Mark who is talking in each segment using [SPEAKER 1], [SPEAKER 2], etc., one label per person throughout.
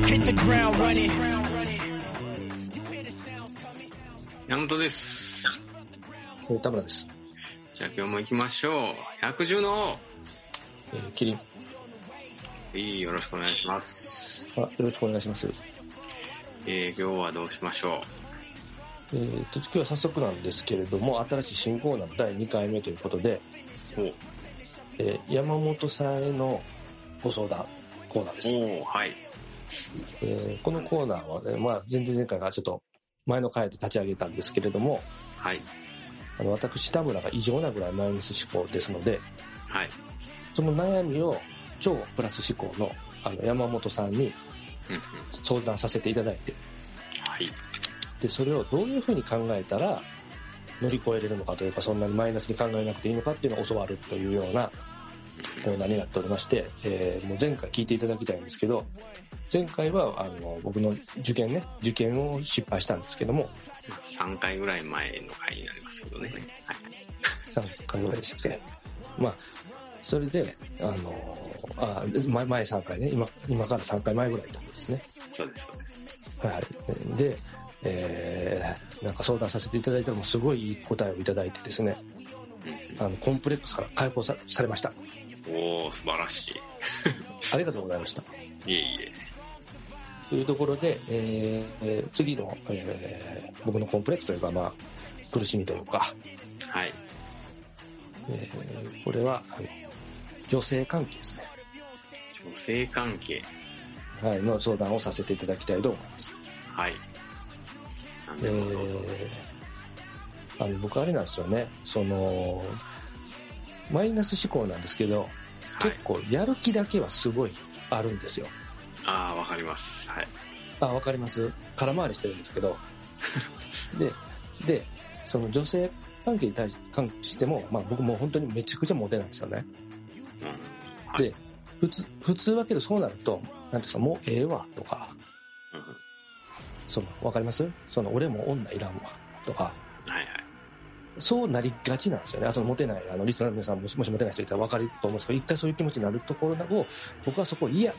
[SPEAKER 1] ground running.
[SPEAKER 2] 山本です。
[SPEAKER 3] えー、田村です。
[SPEAKER 2] じゃあ今日も行きましょう。百獣の
[SPEAKER 3] えー、キリン。
[SPEAKER 2] 王。いい、よろしくお願いします。
[SPEAKER 3] あ、よろしくお願いします。
[SPEAKER 2] えー、今日はどうしましょ
[SPEAKER 3] えー、と、今日は早速なんですけれども、新しい新コーナー第2回目ということで、
[SPEAKER 2] う。
[SPEAKER 3] えー山本さんへのご相談コーナーです。
[SPEAKER 2] おおはい。
[SPEAKER 3] えーこのコーナーはね、まあ、前々前回がちょっと前の回で立ち上げたんですけれども、
[SPEAKER 2] はい。
[SPEAKER 3] あの、私田村が異常なぐらいマイナス思考ですので、
[SPEAKER 2] はい。
[SPEAKER 3] その悩みを超プラス思考のあの山本さんに
[SPEAKER 2] うんうん
[SPEAKER 3] 相談させていただいて、
[SPEAKER 2] はい。
[SPEAKER 3] でそれをどういうふうに考えたら乗り越えれるのかというかそんなにマイナスに考えなくていいのかっていうのを教わるというようなコーナーになっておりまして、えーもう前回聞いていただきたいんですけど前回はあの僕の受験ね受験を失敗したんですけども
[SPEAKER 2] まあ3回ぐらい前の回になりますけどね。はい。
[SPEAKER 3] 3回ぐらいでしたっけまあそれであのあ前前3回ね今今から3回前ぐらいってことですね
[SPEAKER 2] そうです、そうです。
[SPEAKER 3] はいでえーなんか相談させていただいたらもうすごいいい答えをいただいてですね
[SPEAKER 2] うん
[SPEAKER 3] あの、コンプレックスから解放さされました。
[SPEAKER 2] うん、おお素晴らし
[SPEAKER 3] ありがとうございました。
[SPEAKER 2] い。いえいえ。
[SPEAKER 3] というところで、えーえー次の、えー僕のコンプレックスというか、まあ、苦しみというか、
[SPEAKER 2] はい。
[SPEAKER 3] えーこれは、あの女性関係ですね。
[SPEAKER 2] 女性関係。
[SPEAKER 3] はい、の相談をさせていただきたいと思います。
[SPEAKER 2] はい。な
[SPEAKER 3] え
[SPEAKER 2] るほど。
[SPEAKER 3] ーあの僕あれなんですよね、その、マイナス思考なんですけど、
[SPEAKER 2] は
[SPEAKER 3] 結
[SPEAKER 2] い。
[SPEAKER 3] 構やる気だけはすごいあるんですよ。
[SPEAKER 2] ああ、わかります。はい。
[SPEAKER 3] あ、わかります。空回りしてるんですけど。で、で、その女性関係に対し関しても、まあ僕もう本当にめちゃくちゃモテないんですよね。
[SPEAKER 2] うん。はい。
[SPEAKER 3] で、普通、普通だけどそうなると、なんていうかもうええわとか、
[SPEAKER 2] うんうん
[SPEAKER 3] その、わかりますその、俺も女いらんわとか、
[SPEAKER 2] はいはい。
[SPEAKER 3] そうなりがちなんですよね。あ、そのモテない、あの、リスナーの皆さんもし、もしモテない人いたらわかると思うんですけど、一回そういう気持ちになるところを、僕はそこ、いや、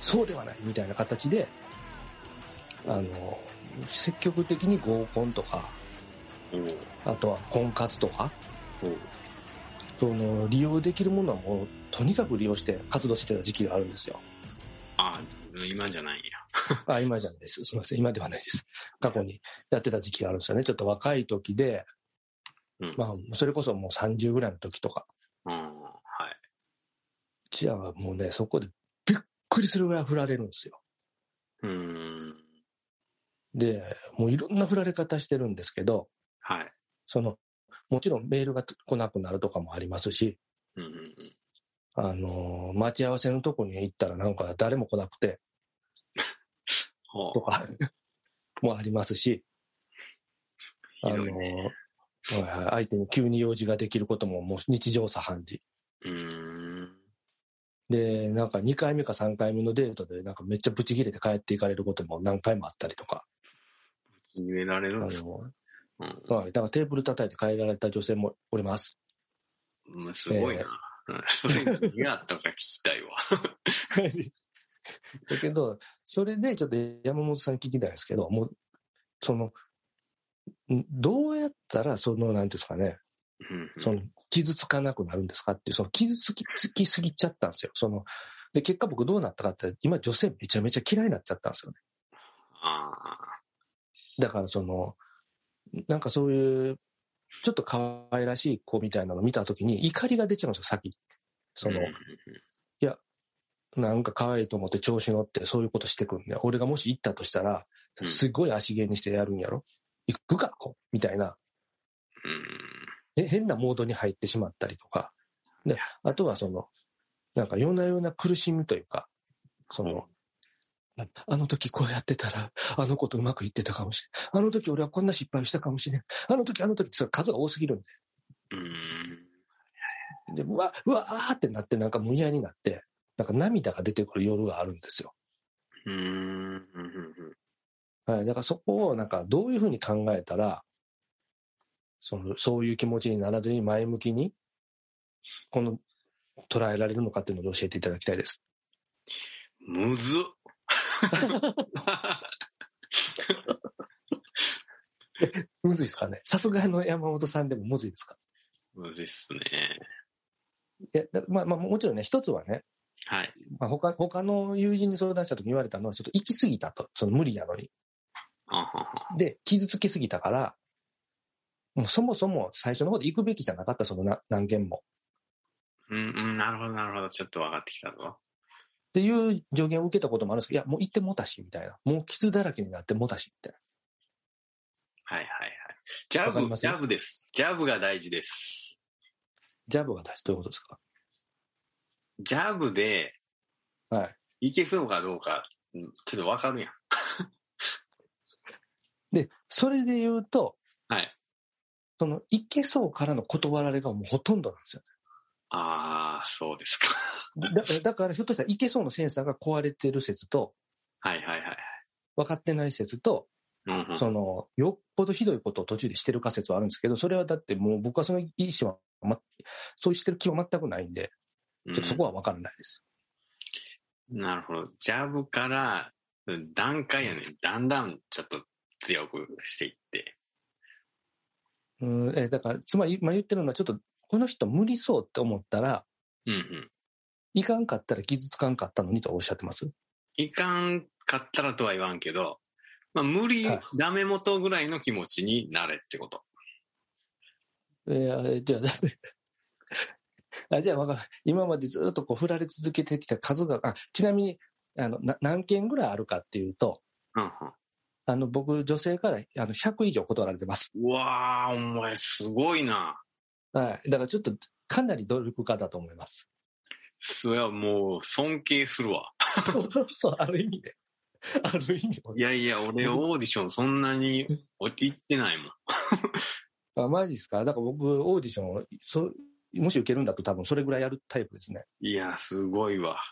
[SPEAKER 3] そうではないみたいな形で、あの、積極的に合コンとか、
[SPEAKER 2] おー
[SPEAKER 3] あとは婚活とか、
[SPEAKER 2] おー
[SPEAKER 3] その利用できるものはもうとにかく利用して活動してた時期があるんですよ。
[SPEAKER 2] ああ、今じゃないんや。
[SPEAKER 3] あ、今じゃないです。すみません。今ではないです。過去にやってた時期があるんですよね。ちょっと若い時で、
[SPEAKER 2] うん。
[SPEAKER 3] まあ、それこそもう30ぐらいの時とか。
[SPEAKER 2] うん。は
[SPEAKER 3] じゃあもうね、そこでびっくりするぐらい振られるんですよ。
[SPEAKER 2] い。うーん。
[SPEAKER 3] で、もういろんな振られ方してるんですけど、
[SPEAKER 2] はい。
[SPEAKER 3] その、もちろんメールが来なくなるとかもありますし、
[SPEAKER 2] うんうんうん。
[SPEAKER 3] あの待ち合わせのとこに行ったらなんか誰も来なくて、
[SPEAKER 2] ほ
[SPEAKER 3] とか もありますし、あ
[SPEAKER 2] ひ
[SPEAKER 3] の、
[SPEAKER 2] どいね
[SPEAKER 3] はいはい相手に急に用事ができることももう日常茶飯事。
[SPEAKER 2] う。うーん。
[SPEAKER 3] で、なんか2回目か3回目のデートで、なんかめっちゃブチ切れて帰っていかれることも何回もあったりとか、
[SPEAKER 2] 決められる
[SPEAKER 3] あ
[SPEAKER 2] ん
[SPEAKER 3] の
[SPEAKER 2] ですか、うん
[SPEAKER 3] はい、だからテーブル叩いて帰られた女性もおり ます。
[SPEAKER 2] うん。すごいな。うんそれ何があったか聞きたいわ。
[SPEAKER 3] だけど、それでちょっと山本さんに聞きたいんですけど、もう、その、んどうやったら、その、なんていうんですかね、
[SPEAKER 2] うん
[SPEAKER 3] その傷つかなくなるんですかっていう、その傷つきつきすぎちゃったんですよ。そので結果僕どうなったかって、今女性めちゃめちゃ嫌いになっちゃったんですよね。
[SPEAKER 2] あ
[SPEAKER 3] だからその、なんかそういう、ちょっと可愛らしい子みたいなの見た時に怒りが出ちゃうんですよ、先に。
[SPEAKER 2] あ。
[SPEAKER 3] その
[SPEAKER 2] うん、
[SPEAKER 3] なんか可愛いと思って調子乗ってそういうことしてくんで、俺がもし行ったとしたら、
[SPEAKER 2] うん
[SPEAKER 3] すごい足毛にしてやるんやろ行くかこうみたいな。え変なモードに入ってしまったりとか。で、あとはその、なんか夜な夜な苦しみというか、その、あの時こうやってたら、あの子とうまくいってたかもしれん。あの時俺はこんな失敗をしたかもしれん。あの時あの時って数が多すぎるん
[SPEAKER 2] うん。うん。
[SPEAKER 3] で、でうわ、うわーってなってなんか無理やりになって、なんか涙が出てくる夜があるんですよ。
[SPEAKER 2] うーん。うんうん
[SPEAKER 3] はい。だからそこをなんかどういうふうに考えたら、その、そういう気持ちにならずに前向きに、この、捉えられるのかっていうのを教えていただきたいです。
[SPEAKER 2] うんむずっ
[SPEAKER 3] むずいですかねさすがの山本さんでもむずいですか
[SPEAKER 2] 無理っすね。
[SPEAKER 3] いや、だまあ、まあ、もちろんね、一つはね、
[SPEAKER 2] はい。
[SPEAKER 3] まあ、他、他の友人に相談した時に言われたのは、ちょっと行き過ぎたと。その無理なのに。
[SPEAKER 2] あはは。
[SPEAKER 3] で、傷つきすぎたから、もうそもそも最初の方で行くべきじゃなかった、そのな何件も。
[SPEAKER 2] うんうん、なるほど、なるほど。ちょっと分かってきたぞ。
[SPEAKER 3] っていう助言を受けたこともあるんですけど、いや、もう行ってもたし、みたいな。もう傷だらけになってもたし、みたい
[SPEAKER 2] は
[SPEAKER 3] な。
[SPEAKER 2] いはいはい。ジャ
[SPEAKER 3] わかり
[SPEAKER 2] ブ、
[SPEAKER 3] ます
[SPEAKER 2] ジャブです。ジャブが大事です。
[SPEAKER 3] ジャブが大事ということですか
[SPEAKER 2] ジャブで
[SPEAKER 3] はい。
[SPEAKER 2] いけそうかどうか、うんちょっと分かるやん。
[SPEAKER 3] で、それで言うと、
[SPEAKER 2] はい。
[SPEAKER 3] その、行けそうからの断られがもうほとんどなんですよ。
[SPEAKER 2] ああ、そうですか。
[SPEAKER 3] だだから、ひょっとしたら行けそうのセンサーが壊れてる説と、
[SPEAKER 2] はいはいはい。
[SPEAKER 3] 分かってない説と、
[SPEAKER 2] うんうん、
[SPEAKER 3] その、よっぽどひどいことを途中でしてる仮説はあるんですけど、それはだってもう僕はその意思は、ま、そうしてる気は全くないんで、
[SPEAKER 2] うん
[SPEAKER 3] ちょっとそこは分からないです。
[SPEAKER 2] なるほど。ジャブから、うん段階やね。だんだん、ちょっと強くしていって。
[SPEAKER 3] うん、えーだから、つまり今言ってるのはちょっと、この人無理そうって思ったら、
[SPEAKER 2] うんうん。
[SPEAKER 3] いかんかったら傷つかんかったのにとおっしゃってます。
[SPEAKER 2] いかんかったらとは言わんけど、まあ、無理
[SPEAKER 3] はい、
[SPEAKER 2] ダメ元ぐらいの気持ちになれってこと。
[SPEAKER 3] えーじゃあ、だめ。あ じゃあわかる、今までずっとこう振られ続けてきた数が、あちなみにあのな何件ぐらいあるかっていうと、
[SPEAKER 2] うんうん
[SPEAKER 3] あの僕、女性からあの100以上断られてます。
[SPEAKER 2] うわー、お前、すごいな。
[SPEAKER 3] はい。だからちょっと、かなり努力家だと思います。
[SPEAKER 2] それはもう、尊敬するわ。
[SPEAKER 3] そう、ある意味で。ある意味
[SPEAKER 2] いやいや、俺、オーディションそんなにお行ってないもん。
[SPEAKER 3] あ、マジですかだから僕、オーディションを、そうもし受けるんだと多分それぐらいやるタイプですね。
[SPEAKER 2] いや、すごいわ。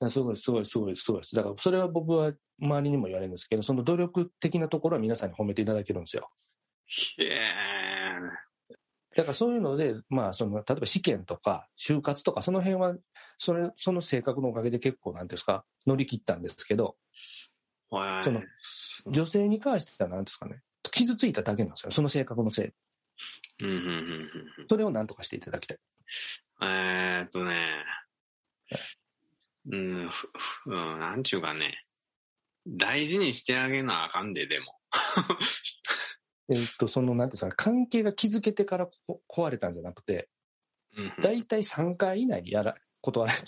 [SPEAKER 3] いやすごい、すごい、すごい、すごいです。だからそれは僕は周りにも言われるんですけど、その努力的なところは皆さんに褒めていただけるんですよ。
[SPEAKER 2] へえ。
[SPEAKER 3] だからそういうので、まあ、その、例えば試験とか、就活とか、その辺は、それ、その性格のおかげで結構、なんていうんですか、乗り切ったんですけど、
[SPEAKER 2] は
[SPEAKER 3] その
[SPEAKER 2] い。
[SPEAKER 3] 女性に関してはなんていうんですかね、傷ついただけなんですよ。その性格のせい。
[SPEAKER 2] うんうんうんうんうん。
[SPEAKER 3] それをなんとかしていただきたい。
[SPEAKER 2] えーっとね、うん、ふふうん、なんちゅうかね、大事にしてあげなあかんで、でも。
[SPEAKER 3] えっと、その、なんていうんですか、関係が築けてからこ壊れたんじゃなくて、
[SPEAKER 2] うんうん
[SPEAKER 3] だいたい3回以内にやら、断られる。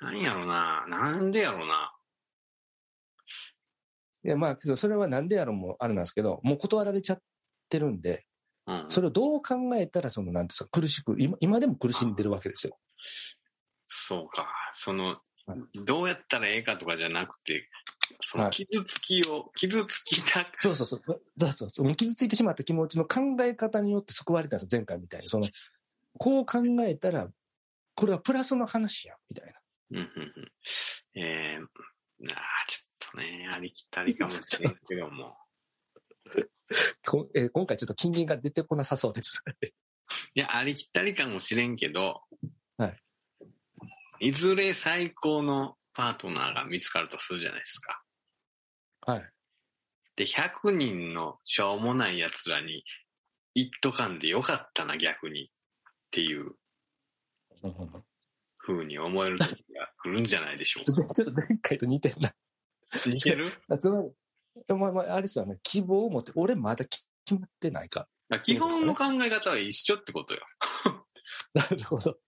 [SPEAKER 2] なんやろな、なんでやろな。
[SPEAKER 3] いや、まあ、けどそれはなんでやろもあれなんですけど、もう断られちゃってるんで、
[SPEAKER 2] うん、
[SPEAKER 3] それをどう考えたら、その、なんていうんですか、苦しく、今今でも苦しんでるわけですよ。
[SPEAKER 2] そうか、その
[SPEAKER 3] は、
[SPEAKER 2] どうやったらええかとかじゃなくて、そ
[SPEAKER 3] は
[SPEAKER 2] の
[SPEAKER 3] い
[SPEAKER 2] 傷つきを、傷つきたく、
[SPEAKER 3] そうそうそう。そうそうそう。傷ついてしまった気持ちの考え方によって救われたんですよ、前回みたいに。その、こう考えたら、これはプラスの話や、みたいな。
[SPEAKER 2] うんうんうん、えー、ああ、ちょっとね、ありきたりかもしれんけども。
[SPEAKER 3] こえー今回ちょっと金銀が出てこなさそうです。
[SPEAKER 2] いや、ありきたりかもしれんけど、。
[SPEAKER 3] はい
[SPEAKER 2] いずれ最高のパートナーが見つかるとするじゃないですか。
[SPEAKER 3] はい。
[SPEAKER 2] で、100人のしょうもない奴らに、一斗間でよかったな、逆に。っていう
[SPEAKER 3] うんうんうん
[SPEAKER 2] 風に思える時が来るんじゃないでしょう
[SPEAKER 3] ちょっと前回と似てんな。
[SPEAKER 2] か。似てる
[SPEAKER 3] あつまり、まあまあ、あれですよね。希望を持って、俺まだ決まってないか
[SPEAKER 2] まあ基本の考え方は一緒ってことよ。
[SPEAKER 3] ら。なるほど。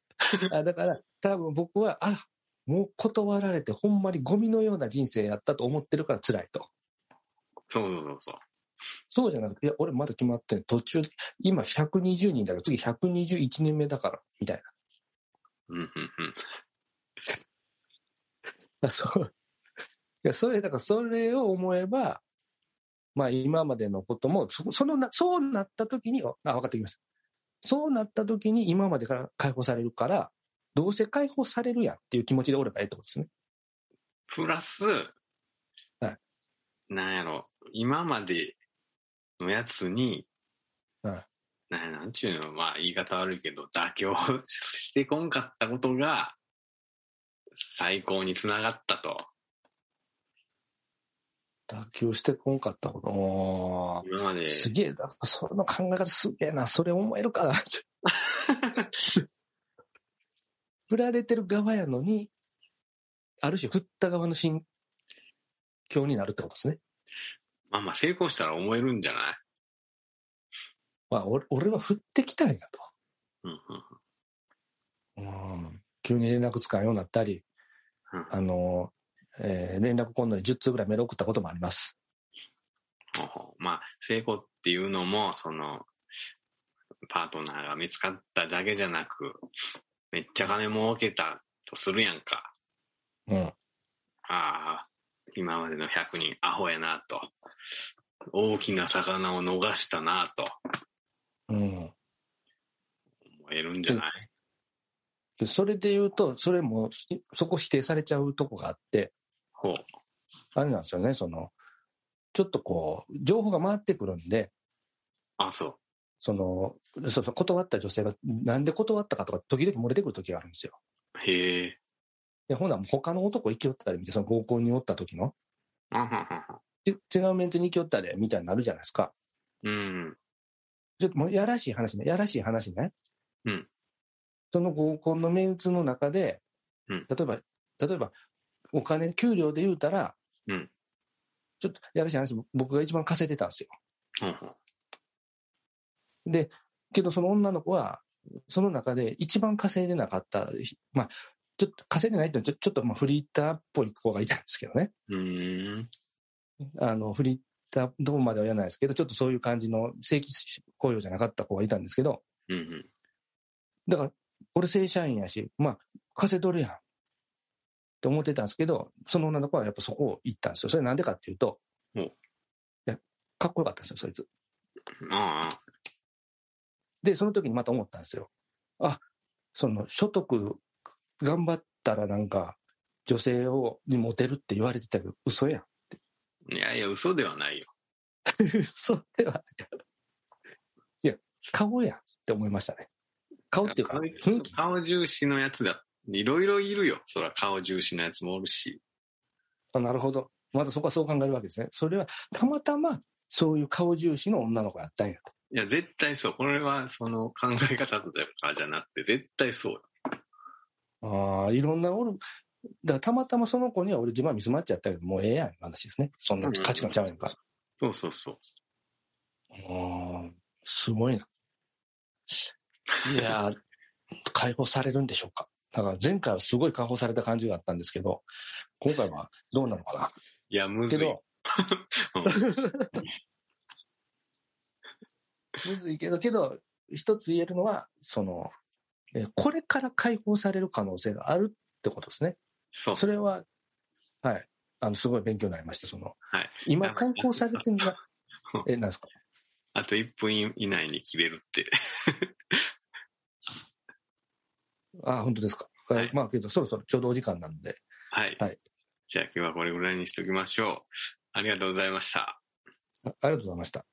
[SPEAKER 3] あだから、多分僕は、あ、もう断られて、ほんまにゴミのような人生やったと思ってるから辛いと。
[SPEAKER 2] そうそうそうそう。
[SPEAKER 3] そうじゃなくて、いや、俺まだ決まってん途中で、今120人だから、次121人目だから、みたい
[SPEAKER 2] うんうんうん。
[SPEAKER 3] な。そう。いや、それ、だからそれを思えば、まあ今までのことも、そそのな、そうなった時に、あ、分かってきました。そうなった時に今までから解放されるから、どうせ解放されるやんっていう気持ちでおればええってことですね。
[SPEAKER 2] プラス、
[SPEAKER 3] は
[SPEAKER 2] なんやろ、今までのやつに、
[SPEAKER 3] はい
[SPEAKER 2] ななんちゅうの、まあ言い方悪いけど、妥協してこんかったことが、最高につながったと
[SPEAKER 3] 脱臼してこんかったこと。おー
[SPEAKER 2] 今まです
[SPEAKER 3] げえ、だその考え方すげえな、それ思えるかな。振られてる側やのに、ある種振った側の心境になるってことですね。
[SPEAKER 2] まあまあ成功したら思えるんじゃない
[SPEAKER 3] まあ、俺俺は振ってきたんやと。
[SPEAKER 2] うんうん
[SPEAKER 3] うん急に連絡つかんようになったり、
[SPEAKER 2] うん
[SPEAKER 3] あの、えー連絡今度に10通ぐらいメール送ったこともあります。
[SPEAKER 2] ほうほうまあ、成功っていうのも、その、パートナーが見つかっただけじゃなく、めっちゃ金儲けたとするやんか。
[SPEAKER 3] うん。
[SPEAKER 2] ああ、今までの100人アホやなと。大きな魚を逃したなと
[SPEAKER 3] うん。
[SPEAKER 2] 思えるんじゃない
[SPEAKER 3] でそれで言うと、それも、そこ否定されちゃうとこがあって、
[SPEAKER 2] ほう。
[SPEAKER 3] あれなんですよね、その、ちょっとこう、情報が回ってくるんで、
[SPEAKER 2] あ、そ
[SPEAKER 3] その、そうそう、断った女性が、なんで断ったかとか、時々漏れてくる時があるんですよ。
[SPEAKER 2] う。へえ。
[SPEAKER 3] で、ほな、他の男行きよったり見て、その合コンにおった時の、
[SPEAKER 2] あははは
[SPEAKER 3] ち違うメンツに行きよったで、みたいになるじゃないですか。
[SPEAKER 2] うん。
[SPEAKER 3] ちょっともうやらしい話ね、やらしい話ね。
[SPEAKER 2] うん
[SPEAKER 3] その合コンのメンツの中で、
[SPEAKER 2] うん
[SPEAKER 3] 例えば、例えば、お金、給料で言うたら、
[SPEAKER 2] うん
[SPEAKER 3] ちょっとやらしい話、僕が一番稼いでたんですよ。
[SPEAKER 2] ほうほう。
[SPEAKER 3] で、けどその女の子は、その中で一番稼いでなかった、ひまあ、ちょっと稼いでないっていうのはちょちょっとまあフリーターっぽい子がいたんですけどね。
[SPEAKER 2] うーん。
[SPEAKER 3] あの、フリーター、どこまでは言わないですけど、ちょっとそういう感じの正規雇用じゃなかった子がいたんですけど、
[SPEAKER 2] うんうん。
[SPEAKER 3] だから、俺正社員やし、まあ、稼いどるやん。って思ってたんですけど、その女の子はやっぱそこを行ったんですよ。それなんでかっていうと、
[SPEAKER 2] お
[SPEAKER 3] いやかっこよかったんですよ、そいつ。
[SPEAKER 2] ああ。
[SPEAKER 3] で、その時にまた思ったんですよ。あ、その、所得、頑張ったらなんか、女性を、にモテるって言われてたけど、嘘やん。
[SPEAKER 2] いやいや、嘘ではないよ。
[SPEAKER 3] 嘘ではない。いや、顔やんって思いましたね。顔っていうか、雰囲気。
[SPEAKER 2] 顔重視のやつだ。いろいろいるよ。そら顔重視のやつもおるし。
[SPEAKER 3] あなるほど。またそこはそう考えるわけですね。それはたまたまそういう顔重視の女の子やったんやと。
[SPEAKER 2] いや、絶対そう。これは、その考え方とかじゃなくて、絶対そうよ。
[SPEAKER 3] ああ、いろんなおる。だからたまたまその子には俺自慢ミスマっちゃったけど、もうええやん、話ですね。そんな価値観ちゃうやんか。
[SPEAKER 2] そうそうそう。
[SPEAKER 3] ああ、すごいな。いやー、解放されるんでしょうか。だから前回はすごい解放された感じがあったんですけど、今回はどうなのかな。
[SPEAKER 2] いや、む
[SPEAKER 3] け
[SPEAKER 2] ずい。
[SPEAKER 3] ど、 むずいけど、けど、一つ言えるのは、その、えーこれから解放される可能性があるってことですね。
[SPEAKER 2] そう
[SPEAKER 3] それ
[SPEAKER 2] そう。
[SPEAKER 3] は、はい。あの、すごい勉強になりました、その。
[SPEAKER 2] はい、
[SPEAKER 3] 今解放されてるのが え、なんですか
[SPEAKER 2] あと1分以内に切れるって。
[SPEAKER 3] あ、本当ですか。
[SPEAKER 2] はい
[SPEAKER 3] まあ、けど、そろそろちょうどお時間なので、
[SPEAKER 2] はい。
[SPEAKER 3] はい
[SPEAKER 2] じゃあ今日はこれぐらいにしときましょう。ありがとうございました。
[SPEAKER 3] あありがとうございました。